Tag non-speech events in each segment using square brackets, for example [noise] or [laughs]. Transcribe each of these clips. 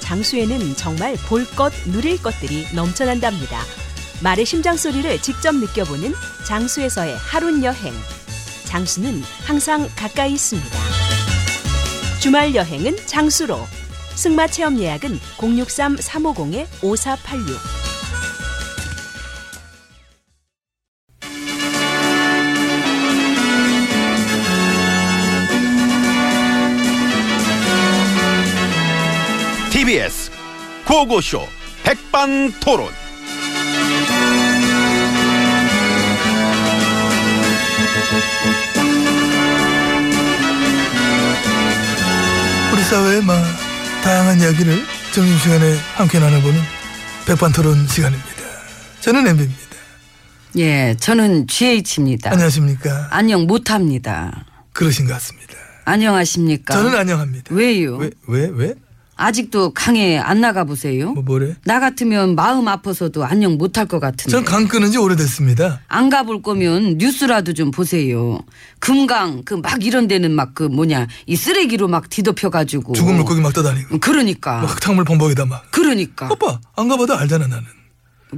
장수에는 정말 볼 것, 누릴 것들이 넘쳐난답니다. 말의 심장 소리를 직접 느껴보는 장수에서의 하룬 여행. 장수는 항상 가까이 있습니다. 주말 여행은 장수로. 승마 체험 예약은 063-350-5486. TBS 고고쇼 백반토론. 우리 사회의 막 다양한 이야기를 점심시간에 함께 나눠보는 백반토론 시간입니다. 저는 엠비입니다. 예, 저는 GH입니다. 안녕하십니까? 안녕 못합니다. 그러신 것 같습니다. 안녕하십니까? 저는 안녕합니다. 왜요? 왜? 왜? 왜? 아직도 강에 안 나가 보세요. 뭐 뭐래? 나 같으면 마음 아파서도 안녕 못할 것 같은데. 전 강 끊은 지 오래됐습니다. 안 가볼 거면 뉴스라도 좀 보세요. 금강 그 막 이런 데는 막 그 뭐냐 이 쓰레기로 막 뒤덮여 가지고 죽은 물고기 뭐 막 떠다니고 그러니까 막 흙탕물 범벅이다 막. 그러니까 오빠 안 가봐도 알잖아 나는.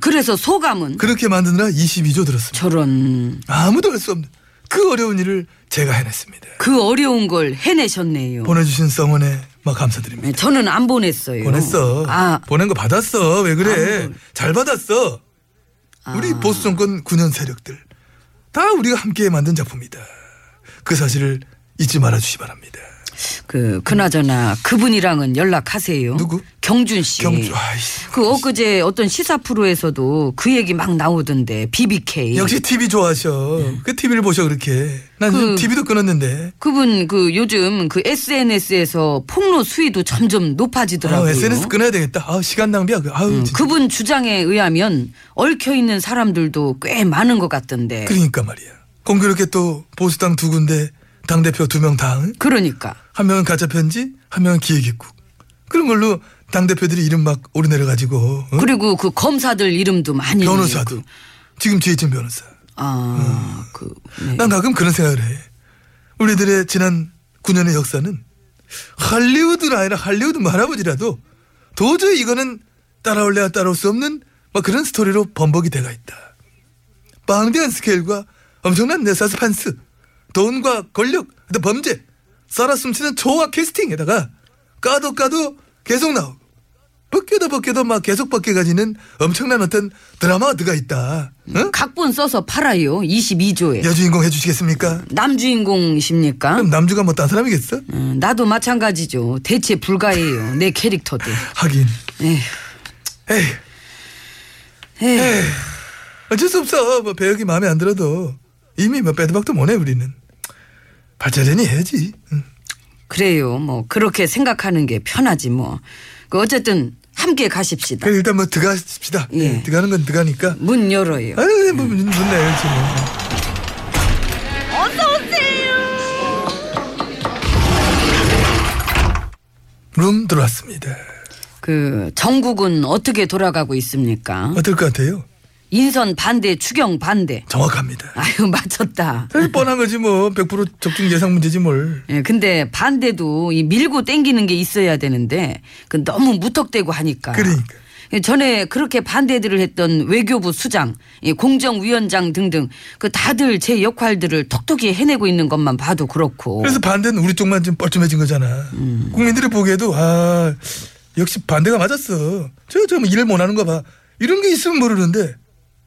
그래서 소감은 그렇게 만드느라 22조 들었습니다. 저런 아무도 할 수 없는 그 어려운 일을 제가 해냈습니다. 그 어려운 걸 해내셨네요. 네, 보내주신 성원에 막 감사드립니다. 저는 안 보냈어요. 예. 보냈어. 아 보낸 거 받았어. 왜 그래? 잘 받았어. 아. 우리 보수 정권 9년 세력들 다 우리가 함께 만든 작품이다. 그 사실을 잊지 말아 주시 바랍니다. 그 그나저나 그분이랑은 연락하세요. 누구? 경준 씨. 경주 아이씨. 예. 그 엊그제 어떤 시사 프로에서도 그 얘기 막 나오던데 BBK. 역시 TV 좋아하셔. 그 TV를 보셔 그렇게. 네. 난 그- 지금 TV도 끊었는데. 아, 그분 그 요즘 그 SNS에서 폭로 수위도 점점 아, 높아지더라고요. 음, SNS 끊어야 되겠다. 아, 시간 낭비야. 그- 아우, 진짜. 그분 주장에 의하면 얽혀 있는 사람들도 꽤 많은 것 같던데. 그러니까 말이야. 공교롭게 또 보수당 두 군데 당 대표 두 명 당. 그러니까 한 명은 가짜 편지, 한 명은 기획입국. 그런 걸로 당 대표들이 이름 막 오르내려 가지고 어? 그리고 그 검사들 이름도 많이 변호사도 그- 지금 지혜진 변호사. 아, 그 네. 난 가끔 그런 생각을 해. 우리들의 지난 9년의 역사는 할리우드는 아니라 할리우드 할아버지라도 도저히 이거는 따라올래야 따라올 수 없는 막 그런 스토리로 번복이 돼가 있다. 방대한 스케일과 엄청난 내 사스판스, 돈과 권력, 또 범죄, 살아 숨치는 초화 캐스팅에다가 까도 까도 계속 나오고 벗겨도 벗겨도 막 계속 벗겨가지는 엄청난 어떤 드라마가 들어가 있다. 응? 각본 써서 팔아요. 22조에. 여주인공 해주시겠습니까? 남주인공이십니까? 그럼 남주가 뭐 딴 사람이겠어? 음, 나도 마찬가지죠. 대체 불가해요. 내 캐릭터도. 하긴. 에휴. 에이, 에휴. 어쩔 수 없어. 뭐 배역이 마음에 안 들어도 이미 뭐 빼드박도 못해 우리는. 발자전이 해야지. 응. 그래요. 뭐 그렇게 생각하는 게 편하지 뭐. 그 어쨌든 함께 가십시다. 그래 일단 뭐 들어가십시다. 예. 예, 들어가는 건 들어가니까. 문 열어요. 아니 뭐 문나요 지금. 룸 들어왔습니다. 그 전국은 어떻게 돌아가고 있습니까? 어떨 것 같아요? 인선 반대, 추경 반대. [laughs] 정확합니다. 아유 맞췄다. 사실 뻔한 거지 뭐 100% 적중 예상 문제지 뭘. 예, 근데 반대도 이 밀고 땡기는 게 있어야 되는데 그 너무 무턱대고 하니까. 그러니까. 예, 전에 그렇게 반대들을 했던 외교부 수장, 예, 공정위원장 등등 그 다들 제 역할들을 톡톡히 해내고 있는 것만 봐도 그렇고. 그래서 반대는 우리 쪽만 좀 뻘쭘해진 거잖아. 국민들이 보기에도 아 역시 반대가 맞았어. 저저뭐 뭐 일을 못 하는 거 봐. 이런 게 있으면 모르는데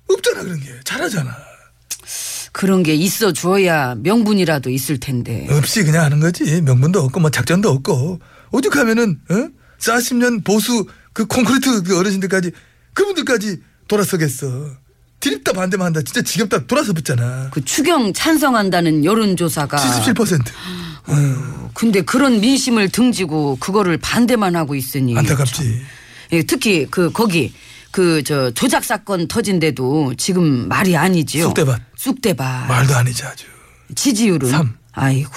없잖아 그런 게 잘하잖아 그런 게 있어 줘야 명분이라도 있을 텐데. 없이 그냥 하는 거지 명분도 없고 뭐 작전도 없고 오죽하면은 어? 40년 보수 그 콘크리트 그 어르신들까지 그분들까지 돌아서겠어 드립다 반대만 한다 진짜 지겹다 돌아서 붙잖아 그 추경 찬성한다는 여론조사가 77% 근데 그런 민심을 등지고 그거를 반대만 하고 있으니 안타깝지 예, 특히 그 거기 그 저 조작 사건 터진데도 지금 말이 아니지요. 쑥대밭. 쑥대밭. 말도 아니지 아주 지지율은 삼. 아이고.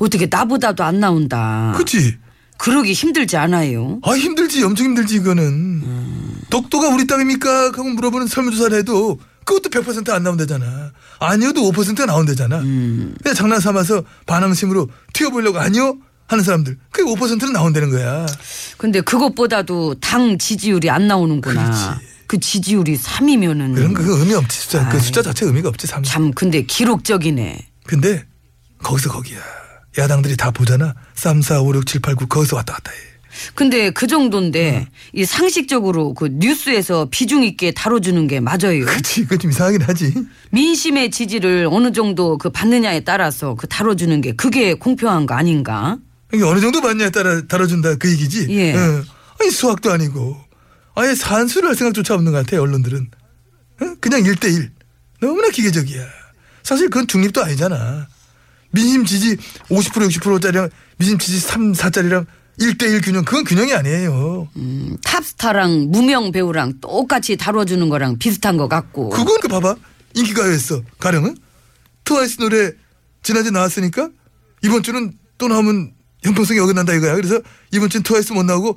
어떻게 나보다도 안 나온다. 그치 러기 힘들지 않아요. 아 힘들지 엄청 힘들지 이거는 독도가 우리 땅입니까 하고 물어보는 설문조사를 해도 그것도 100%안 나온다잖아 아니어도 5%가 나온다잖아 음. 그냥 장난 삼아서 반항심으로 튀어보려고 아니요 하는 사람들 그게 5%는 나온다는 거야 근데 그것보다도 당 지지율이 안 나오는구나. 그 지지율이 삼이면은 그런 거 그거 의미 없지 숫자 그 아이. 숫자 자체 의미가 없지 삼. 참 근데 기록적이네. 근데 거기서 거기야 야당들이 다 보잖아 3 4 5 6 7 8 9 거기서 왔다 갔다 해 근데 그 정도인데 이 상식적으로 그 뉴스에서 비중 있게 다뤄주는 게 맞아요. 그치 그건 좀 이상하긴 하지 민심의 지지를 어느 정도 그 받느냐에 따라서 그 다뤄주는 게 그게 공평한 거 아닌가? 이게 어느 정도 받냐에 따라 다뤄준다 그 얘기지. 예. 응. 아니 수학도 아니고 아예 산수를 할 생각조차 없는 것 같아 요 언론들은. 응? 그냥 1대1 너무나 기계적이야. 사실 그건 중립도 아니잖아. 민심 지지 50% 60%짜리랑 민심 지지 3 4짜리랑 1대1 균형 그건 균형이 아니에요. 음, 탑스타랑 무명 배우랑 똑같이 다뤄주는 거랑 비슷한 것 같고. 그건 그 봐봐 인기가요였어 가령은 트와이스 노래 지난주 나왔으니까 이번 주는 또 나오면 형평성이 어긋난다 이거야 그래서 이번 주는 트와이스 못 나오고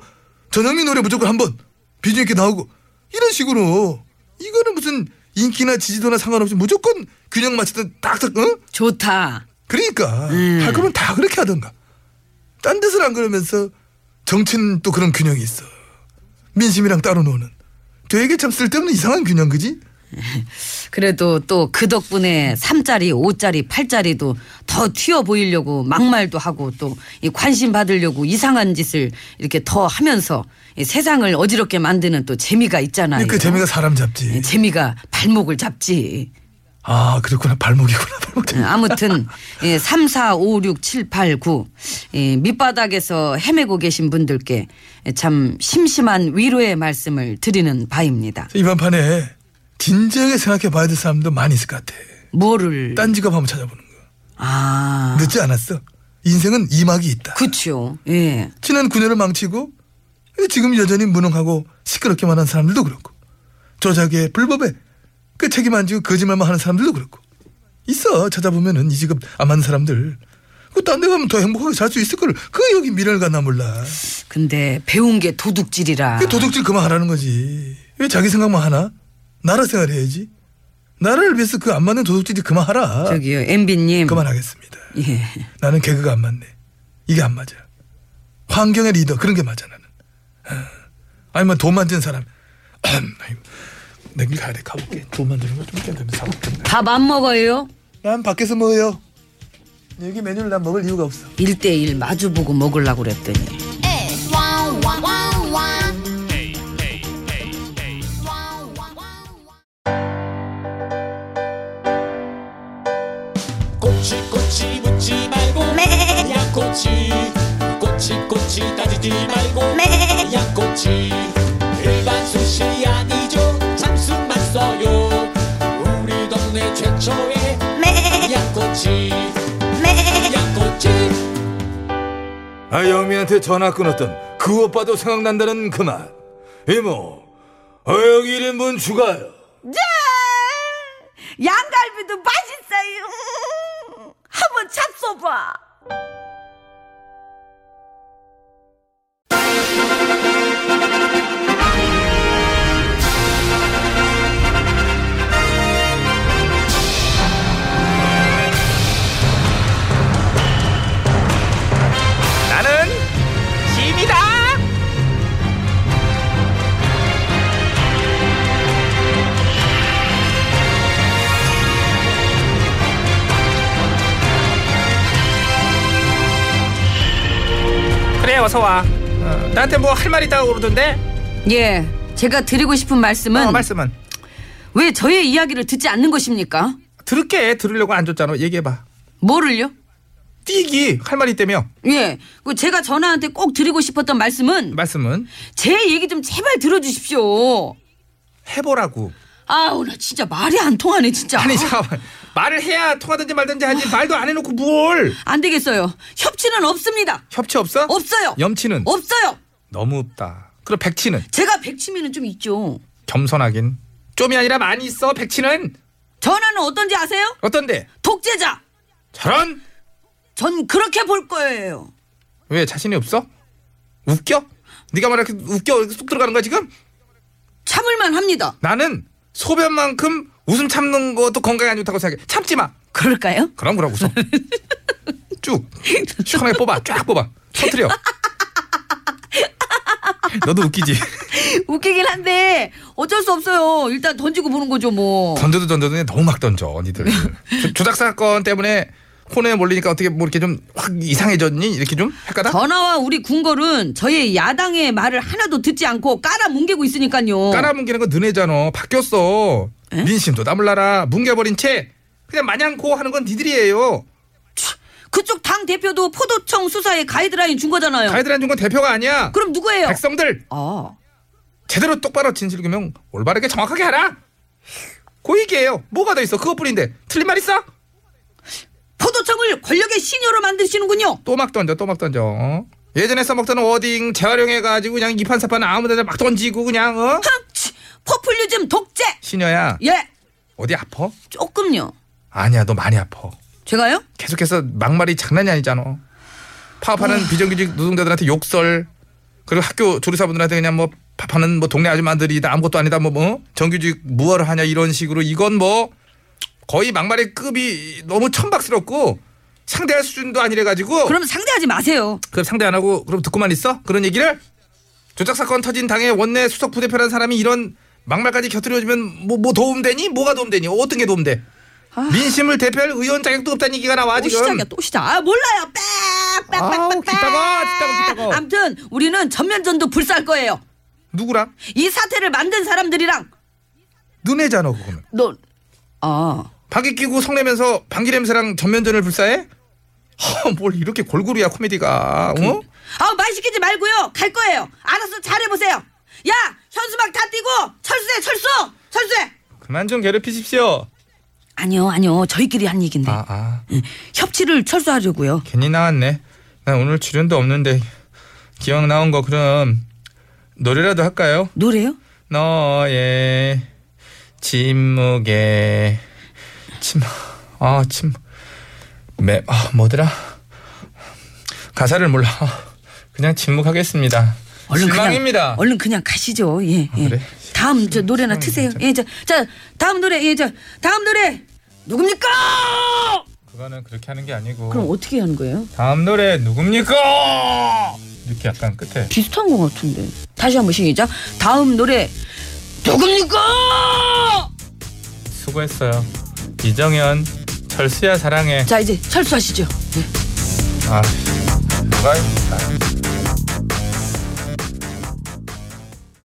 전현민 노래 무조건 한 번 비중 있게 나오고 이런 식으로 이거는 무슨 인기나 지지도나 상관없이 무조건 균형 맞추든 딱딱 응? 좋다. 그러니까 할 거면 다 그렇게 하던가 딴 데서 안 그러면서 정치는 또 그런 균형이 있어 민심이랑 따로 노는 되게 참 쓸데없는 이상한 균형 그지? 그래도 또 그 덕분에 3짜리, 5짜리, 8짜리도 더 튀어 보이려고 막말도 하고 또 이 관심 받으려고 이상한 짓을 이렇게 더 하면서 이 세상을 어지럽게 만드는 또 재미가 있잖아요. 그 재미가 사람 잡지. 예, 재미가 발목을 잡지. 아 그렇구나 발목이구나 발목. 예, 아무튼 예, 3, 4, 5, 6, 7, 8, 9 예, 밑바닥에서 헤매고 계신 분들께 예, 참 심심한 위로의 말씀을 드리는 바입니다. 이번 판에 진지하게 생각해 봐야 될 사람도 많이 있을 것 같아. 뭐를 딴 직업 한번 찾아보는 거. 예. 아 늦지 않았어. 인생은 이막이 있다. 그렇죠. 예. 지난 9년을 망치고 근데 지금 여전히 무능하고 시끄럽게만 한 사람들도 그렇고 조작에 불법에 그 책임 안 지고 거짓말만 하는 사람들도 그렇고 있어 찾아보면은 이 직업 안 맞는 사람들 그딴데 가면 더 행복하게 살 수 있을 걸 그 여기 미련을 갖나 몰라 근데 배운 게 도둑질이라. 그 도둑질 그만하라는 거지. 왜 자기 생각만 하나? 나라 생각을 해야지. 나라를 위해서 그 안 맞는 도둑질이 그만하라. 저기요 엠비님. 그만하겠습니다. 예. 나는 개그가 안 맞네. 이게 안 맞아. 환경의 리더 그런 게 맞아 나는. 아, 아니면 돈 만드는 사람. 아이고, 내길 가야 돼. 가볼게. 돈 만드는 거 좀 깨야 되면 사볼게. 밥 안 먹어요? 난 밖에서 먹어요. 여기 메뉴를 난 먹을 이유가 없어. 일대일 마주보고 먹으려고 그랬더니. 아 영미한테 전화 끊었던 그 오빠도 생각난다는 그 맛. 이모, 어여기 1인분 추가요. 양갈비도 맛있어요. 한번 잡숴봐. 나는 짐이다. 그래 어서 와. 어, 나한테 뭐 할 말 있다고 그러던데. 예. 제가 드리고 싶은 말씀은 어, 말씀은 왜 저의 이야기를 듣지 않는 것입니까? 들을게 들으려고 안 줬잖아. 얘기해봐. 뭐를요? 띠기 할 말이 있다며. 예, 그 제가 전화한테 꼭 드리고 싶었던 말씀은 말씀은 제 얘기 좀 제발 들어주십시오. 해보라고. 아우 나 진짜 말이 안 통하네 진짜. 아니 아, 잠깐만 말을 해야 통하든지 말든지 하지 말도 안 해놓고 뭘 안 되겠어요. 협치는 없습니다. 협치 없어? 없어요. 염치는 없어요. 너무 없다. 그럼 백치는 제가 백치미는 좀 있죠. 겸손하긴 좀이 아니라 많이 있어. 백치는 전화는 어떤지 아세요? 어떤데? 독재자. 저런 전 그렇게 볼 거예요. 왜 자신이 없어? 웃겨? 네가 말해 웃겨 이렇게 쏙 들어가는 거야 지금? 참을만 합니다. 나는 소변만큼 웃음 참는 것도 건강에 안 좋다고 생각해. 참지 마. 그럴까요? 그럼 그럼 웃어. 쭉 시원하게 뽑아. 쫙 뽑아. 터트려. 너도 웃기지. [laughs] 웃기긴 한데 어쩔 수 없어요. 일단 던지고 보는 거죠 뭐. 던져도 던져도 너무 막 던져 언니들. 조- 조작 사건 때문에 코너에 몰리니까 어떻게 뭐 이렇게 좀 확 이상해졌니? 이렇게 좀 할까다? 전화와 우리 궁궐은 저희 야당의 말을 하나도 듣지 않고 깔아뭉개고 있으니까요. 깔아뭉개는 건 너네잖아. 바뀌었어. 민심도 나물나라 뭉개버린 채 그냥 마냥 고 하는 건 니들이에요. 그쪽 당 대표도 포도청 수사에 가이드라인 준 거잖아요. 가이드라인 준 건 대표가 아니야. 그럼 누구예요? 백성들 아, 제대로 똑바로 진실 규명 올바르게 정확하게 하라. 고이게요. 뭐가 더 있어? 그것뿐인데 틀린 말 있어? 포도청을 권력의 신여로 만드시는군요. 또 막 던져, 또 막 던져. 어? 예전에 써먹던 워딩 재활용해가지고 그냥 이판사판 아무데나 막 던지고 그냥 어? 치, 포퓰리즘 독재. 신여야 예, 어디 아파? 조금요. 아니야 너 많이 아파. 제가요? 계속해서 막말이 장난이 아니잖아. 네. 파업하는 비정규직 노동자들한테 욕설 그리고 학교 조리사분들한테 그냥 뭐 파파는 뭐 동네 아줌마들이다 아무것도 아니다 뭐 뭐 정규직 무얼 하냐 이런 식으로 이건 뭐 거의 막말의 급이 너무 천박스럽고 상대할 수준도 아니래 가지고 그럼 상대하지 마세요. 그럼 상대 안 하고 그럼 듣고만 있어? 그런 얘기를 조작 사건 터진 당의 원내 수석 부대표라는 사람이 이런 막말까지 곁들여주면 뭐, 뭐 도움 되니? 뭐가 도움 되니? 어떤 게 도움 돼? 민심을 대표할 의원 자격도 없다는 얘기가 나와 아. 또 지금. 시작이야, 또 시작. 아, 몰라요. 아우, 빽빽빽빽. 기따가, 기따가, 기따가. 아무튼 우리는 전면전도 불살 거예요. 누구랑? 이 사태를 만든 사람들이랑 눈에잖아 그거는. 넌 아. 방귀 끼고 성내면서 방귀 냄새랑 전면전을 불사해? 허, 뭘 이렇게 골고루야 코미디가. 그, 어? 아우 말 시키지 말고요. 갈 거예요. 알아서 잘해 보세요. 야, 현수막 다 띄고 철수해, 철수. 철수해. 그만 좀 괴롭히십시오. 아니요, 아니요. 저희끼리 한 얘긴데. 아, 아. 응, 협치를 철수하려고요. 괜히 나왔네. 난 오늘 출연도 없는데 기왕 나온 거 그럼 노래라도 할까요? 노래요? 너의 침묵에 침, 아, 침, 맵, 아, 뭐더라? 가사를 몰라. 아, 그냥 침묵하겠습니다. 실망입니다. 아, 그냥 얼른 그냥 가시죠. 예. 예. 그래? 다음 저 노래나 트세요. 진짜. 예, 저, 자, 다음 노래. 예, 저, 다음 노래. 누굽니까? 그거는 그렇게 하는 게 아니고. 그럼 어떻게 하는 거예요? 다음 노래 누굽니까? 이렇게 약간 끝에. 비슷한 것 같은데. 다시 한번 시작. 다음 노래. 누굽니까? 수고했어요. 이정현, 철수야 사랑해. 자, 이제 철수하시죠. 예. 아, 누가, 아,